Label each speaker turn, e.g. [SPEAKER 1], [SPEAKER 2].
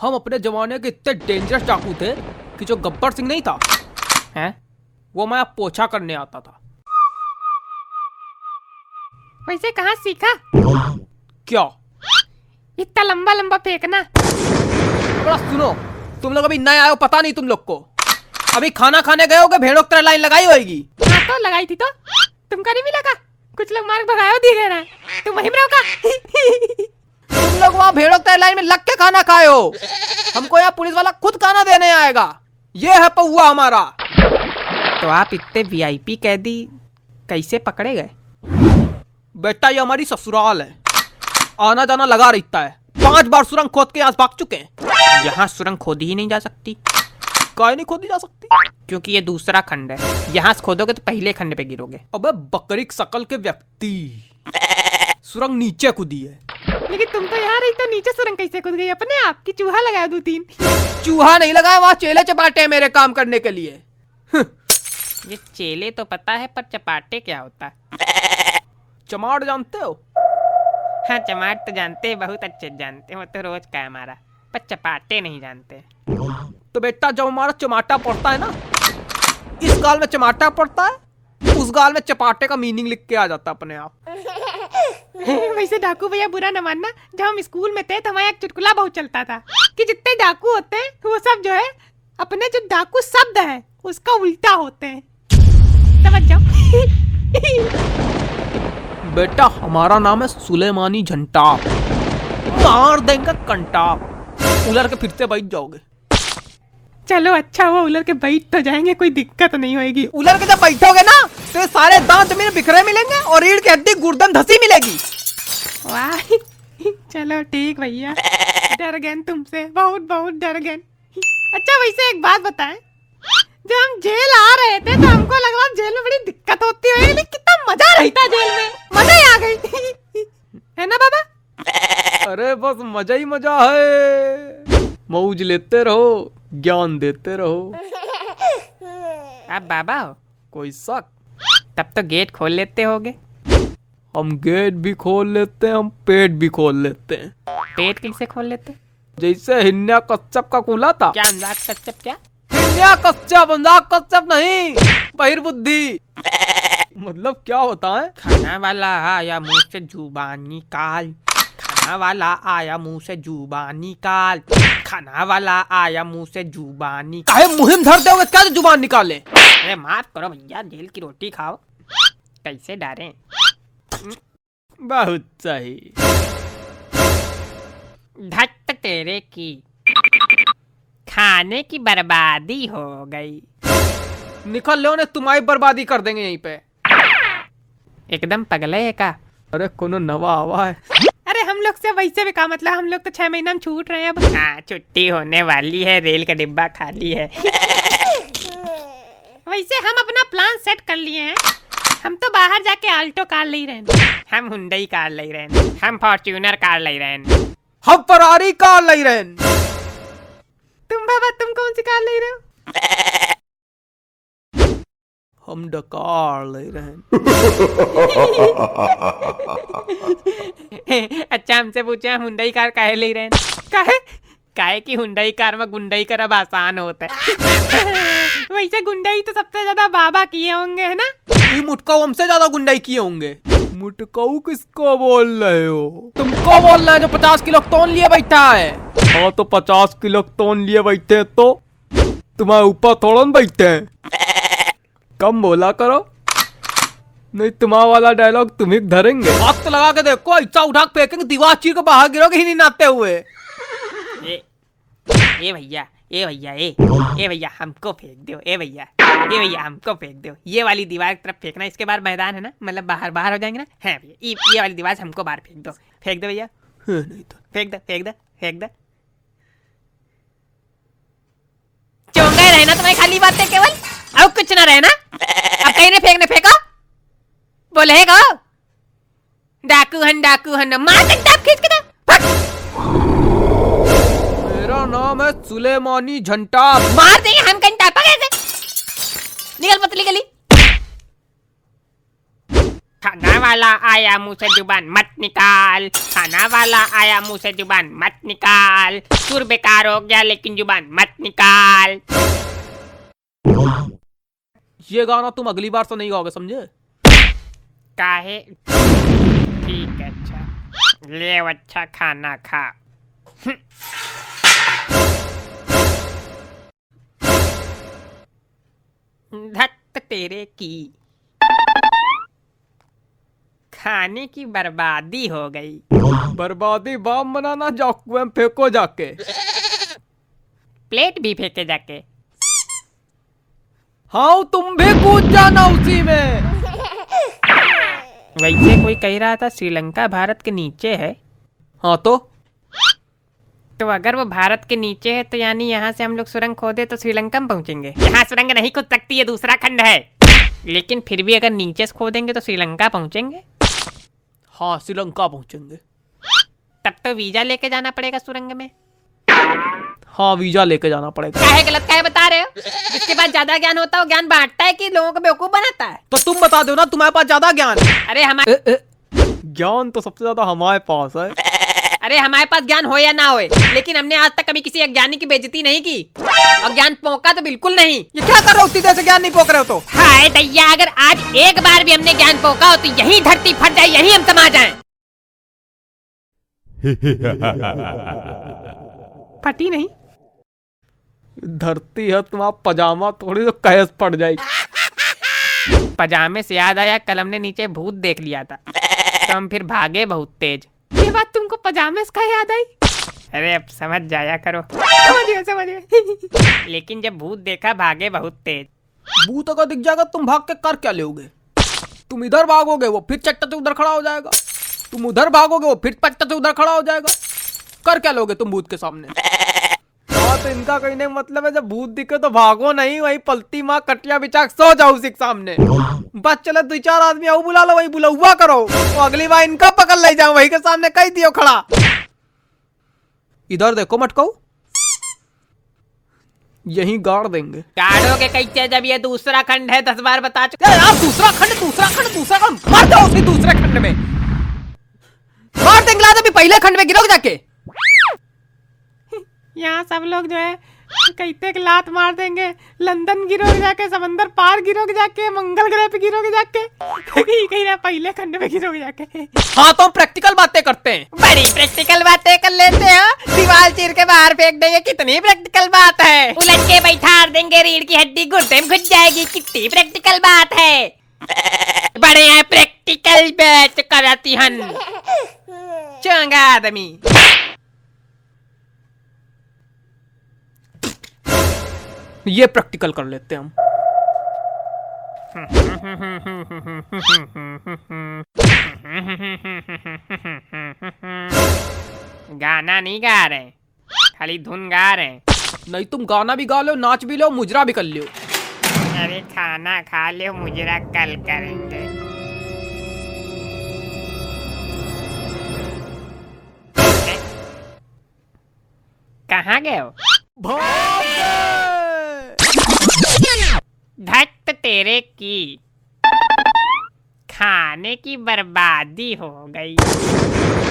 [SPEAKER 1] हम अपने जमाने के इतने डेंजरस डाकू थे कि जो गब्बर सिंह नहीं था हैं वो मैं पोछा करने आता था
[SPEAKER 2] वैसे कहाँ सीखा
[SPEAKER 1] क्या
[SPEAKER 2] इतना लंबा लंबा फेंकना हाँ
[SPEAKER 1] बड़ा सुनो तुम लोग अभी नए आए हो पता नहीं तुम लोग को अभी खाना खाने गए होगे भेड़ों की तरह लाइन लगाई होगी
[SPEAKER 2] हाँ तो लगाई थी तो तुमका नहीं मिला का कुछ लोग मार्ग भगाया धीरे रहा है तुम वहीं में रहोगा
[SPEAKER 1] तुम लोग वहाँ भेड़ों की तरह लाइन में लग के खाना खाए हो हमको यहाँ पुलिस वाला खुद खाना देने आएगा ये है पौआ हमारा
[SPEAKER 2] तो आप इतने वीआईपी कैदी कैसे पकड़े गए
[SPEAKER 1] बेटा ये हमारी ससुराल है आना जाना लगा रहता है पांच बार सुरंग खोद के यहाँ से भाग चुके हैं
[SPEAKER 2] यहाँ सुरंग खोदी ही नहीं जा सकती
[SPEAKER 1] काय नहीं खोदी जा सकती
[SPEAKER 2] क्योंकि ये दूसरा खंड है यहाँ से खोदोगे तो पहले खंड पे गिरोगे
[SPEAKER 1] अबे बकरी की शकल के व्यक्ति सुरंग नीचे कूदी है
[SPEAKER 2] लेकिन तुम तो यहाँ रही तो नीचे सुरंग कैसे कूद गई अपने आप की चूहा लगाया दो तीन
[SPEAKER 1] चूहा नहीं लगाया वहाँ चेले चपाटे हैं मेरे काम करने के लिए
[SPEAKER 2] ये चेले तो पता है पर चपाटे क्या होता
[SPEAKER 1] चमाड़ जानते हो
[SPEAKER 2] हाँ चमाट तो जानते हैं बहुत अच्छे से जानते हैं वो तो रोज का है हमारा पर चपाटे नहीं जानते
[SPEAKER 1] तो बेटा जब हमारा चमाटा पड़ता है ना इस गाल में चमाटा पड़ता है उस गाल में चपाटे का मीनिंग लिख के आ जाता है अपने आप
[SPEAKER 2] वैसे डाकू भैया बुरा न मानना जब हम स्कूल में थे तो हमारा एक चुटकुला बहुत चलता था कि जितने डाकू होते हैं वो सब जो है अपने जो डाकू शब्द है उसका उल्टा होते हैं समझ जाओ
[SPEAKER 1] बेटा हमारा नाम है सुलेमानी झंटाप मार देंगे कंटाप उलर के फिर से बैठ जाओगे
[SPEAKER 2] चलो अच्छा हुआ उलर के बैठ तो जाएंगे कोई दिक्कत नहीं होगी
[SPEAKER 1] उलर के जब बैठोगे ना तो ये सारे दांत मेरे बिखरे मिलेंगे और रीढ़ की हड्डी गुर्दन धसी मिलेगी
[SPEAKER 2] वाह चलो ठीक भैया डर गए न तुमसे बहुत बहुत डर गए न। अच्छा वैसे एक बात बताएं जब हम जेल आ रहे थे तो हमको लग रहा जेल में बड़ी दिक्कत होती है लेकिन कितना मजा रहता जेल में मजा ही आ गई है ना बाबा
[SPEAKER 1] अरे बस मजा ही मजा है मौज लेते रहो ज्ञान देते रहो
[SPEAKER 2] आप बाबा हो
[SPEAKER 1] कोई शक
[SPEAKER 2] तब तो गेट खोल लेते होगे
[SPEAKER 1] हम गेट भी खोल लेते हैं हम पेट भी खोल लेते हैं
[SPEAKER 2] पेट कैसे खोल लेते
[SPEAKER 1] जैसे हिन्या कश्यप का कूला था
[SPEAKER 2] क्या अनुराग कश्यप क्या
[SPEAKER 1] हिन्या कश्यप अनुराग कश्यप नहीं बहिर्बुद्धि मतलब क्या होता है
[SPEAKER 2] खाना वाला आया मुंह से जुबान निकाल खाना वाला आया मुंह से जुबान निकाल खाना वाला आया मुंह से जुबान निकाल
[SPEAKER 1] काहे मुहिम धर दोगे क्या जो जुबान निकाले
[SPEAKER 2] अरे माफ करो भैया जेल की रोटी खाओ कैसे डारे
[SPEAKER 1] बहुत सही
[SPEAKER 2] धट तेरे की खाने की बर्बादी हो गई
[SPEAKER 1] निकल लो ने तुम्हारी बर्बादी कर देंगे यहीं पे
[SPEAKER 2] एकदम पगले है का
[SPEAKER 1] अरे कोनो नवा आवा है
[SPEAKER 2] अरे हम लोग से वैसे भी कहा मतलब हम लोग तो छह महीना में छूट रहे हैं अब हाँ छुट्टी होने वाली है रेल का डिब्बा खाली है वैसे हम अपना प्लान सेट कर लिए हैं हम तो बाहर जाके आल्टो कार ले रहे हैं हम हुंडई कार ले रहे हैं हम फॉर्च्यूनर कार ले रहे हैं
[SPEAKER 1] हम फरारी कार ले रहे हैं।
[SPEAKER 2] तुम बाबा तुम कौन सी कार ले रहे हो
[SPEAKER 1] हम डकार ले रहे हैं।
[SPEAKER 2] अच्छा हमसे पूछे हम हुंडई कार काहे ले रहे हैं काहे काहे की हुंडई कार में गुंडई करब आसान होता है वैसे गुंडई तो सबसे ज्यादा बाबा किए होंगे है ना
[SPEAKER 1] ये मुटकाऊ हमसे ज्यादा गुंडाई किए होंगे मुटकाऊ किसको बोल रहे हो तुमको बोलना है जो पचास किलो तोन लिए बैठा है हाँ तो पचास किलो तोन लिए बैठे हैं तो तुम्हारे ऊपर थोड़ा न बैठे हैं कम बोला करो नहीं तुम्हारा वाला डायलॉग तुम ही धरेंगे हाथ तो लगा के देखो ऐसा उठा के फेंकेंगे दीवार चीर के बाहर गिरोगे ही नहीं नाते हुए
[SPEAKER 2] ए ए भैया ए भैया ए ए भैया हमको फेंक दो ए भैया ए भैया हमको फेंक दो ये वाली दीवार की तरफ फेंकना इसके बाद मैदान है ना मतलब बाहर बाहर हो जाएंगे ना है भैया ये ये वाली दीवार से हमको बाहर फेंक दो फेंक दो भैया
[SPEAKER 1] है नहीं तो
[SPEAKER 2] फेंक दो फेंक दो फेंक दो चौंका ही रहना तुम्हारी खाली बातें केवल अब कुछ ना रहना अब कहीं नहीं फेंकने फेंको बोलेगा डाकू हन डाकू हन मार के टाप खींच के दो फट,
[SPEAKER 1] मेरा नाम है सुलेमानी झंटा
[SPEAKER 2] मार देंगे हम कहीं टापा कैसे निकल पतली गली खाना वाला आया मुंह से जुबान मत निकाल खाना वाला आया मुंह से जुबान मत निकाल सुर बेकार हो गया लेकिन जुबान मत निकाल
[SPEAKER 1] ये गाना तुम अगली बार से नहीं गाओगे समझे
[SPEAKER 2] काहे ठीक है अच्छा ले अब अच्छा खाना खा धत तेरे की खाने की बर्बादी हो गई
[SPEAKER 1] बर्बादी बाम बनाना जाओ कुएं में फेंको जाके
[SPEAKER 2] प्लेट भी फेंके जाके
[SPEAKER 1] हाँ तुम भी कूद जाना उसी में
[SPEAKER 2] वैसे कोई कह रहा था श्रीलंका भारत के नीचे है
[SPEAKER 1] हाँ तो
[SPEAKER 2] तो अगर वो भारत के नीचे है तो यानी यहाँ से हम लोग सुरंग खोदे तो श्रीलंका में पहुंचेंगे यहाँ सुरंग नहीं खोद सकती ये दूसरा खंड है लेकिन फिर भी अगर नीचे से खोदेंगे तो श्रीलंका पहुंचेंगे
[SPEAKER 1] हाँ श्रीलंका पहुंचेंगे
[SPEAKER 2] तब तो वीजा लेके जाना पड़ेगा सुरंग में
[SPEAKER 1] हाँ वीजा लेके जाना पड़ेगा
[SPEAKER 2] काहे गलत काहे बता रहे हो जिसके पास ज्यादा ज्ञान होता है वो ज्ञान बांटता है कि लोगों को बेवकूफ बनाता है
[SPEAKER 1] तो तुम बता दो ना तुम्हारे पास ज्यादा ज्ञान है।
[SPEAKER 2] अरे हमारे
[SPEAKER 1] ए, ए, ज्ञान तो सबसे ज्यादा हमारे पास है
[SPEAKER 2] अरे हमारे पास ज्ञान हो या ना हो लेकिन हमने आज तक कभी किसी अज्ञानी की बेजती नहीं की और ज्ञान पोंका तो बिल्कुल नहीं
[SPEAKER 1] ये क्या कर रहे हो उतनी देर से ज्ञान नहीं पोक रहे हो तो
[SPEAKER 2] हाय दैया अगर आज एक बार भी हमने ज्ञान पोका हो तो यही धरती फट जाए यही हम समा जाए
[SPEAKER 3] फटी नहीं
[SPEAKER 1] धरती है तुम्हारा पजामा थोड़ी तो कहस पड़ जाएगी
[SPEAKER 2] पजामे से याद आया कल हमने नीचे भूत देख लिया था तो हम फिर भागे बहुत तेज
[SPEAKER 3] ये बात तुमको पजामे का याद आई
[SPEAKER 2] अरे अब समझ जाया करो
[SPEAKER 3] समझ गए समझ गए
[SPEAKER 2] लेकिन जब भूत देखा भागे बहुत तेज
[SPEAKER 1] भूत अगर दिख जाएगा तुम भाग के कर क्या लोगे तुम इधर भागोगे वो फिर चट्टा से उधर खड़ा हो जाएगा तुम उधर भागोगे वो फिर चट्टा से उधर खड़ा हो जाएगा कर क्या लोगे तुम भूत के सामने हाँ तो इनका कहीं नहीं मतलब है जब भूत दिखे तो भागो नहीं वही पलती माँ कटिया बिचाक सो जाओ उसी के सामने बस चले दो चार आदमी आओ बुला लो वही बुला हुआ करो तो अगली बार इनका पकड़ ले जाओ वही के सामने कही दियो खड़ा इधर देखो मटको यही गाड़ देंगे
[SPEAKER 2] गाड़ोगे कैसे जब ये दूसरा खंड है दस बार बता चुका
[SPEAKER 1] यार आप दूसरा खंड दूसरा खंड दूसरा खंड मार जाओ उसी दूसरे खंड में मार देंगे लाद अभी पहले खंड में गिरोगे जाके
[SPEAKER 3] यहाँ सब लोग जो है कहते कि लात मार देंगे लंदन गिरोगे जाके समंदर पार गिरोगे जाके मंगल ग्रह पे गिरोगे जाके कहीं कहीं ना पहले खंड में गिरोगे जाके
[SPEAKER 1] हाँ तो हम प्रैक्टिकल बातें करते हैं
[SPEAKER 2] बड़ी प्रैक्टिकल बातें कर लेते हो दीवार चीर के बाहर फेंक देंगे कितनी प्रैक्टिकल बात है उलट के बैठार देंगे रीढ़ की हड्डी गुर्दे में घुस जाएगी कितनी प्रैक्टिकल बात है बड़े हैं प्रैक्टिकल बैच कराती हन चंगा आदमी
[SPEAKER 1] ये प्रैक्टिकल कर लेते हैं हम
[SPEAKER 2] गाना नहीं गा रहे खाली धुन गा रहे
[SPEAKER 1] नहीं तुम गाना भी गा लो नाच भी लो मुजरा भी कर लो
[SPEAKER 2] अरे खाना खा लो मुजरा कल करेंगे कहाँ गए हो धत तेरे की खाने की बर्बादी हो गई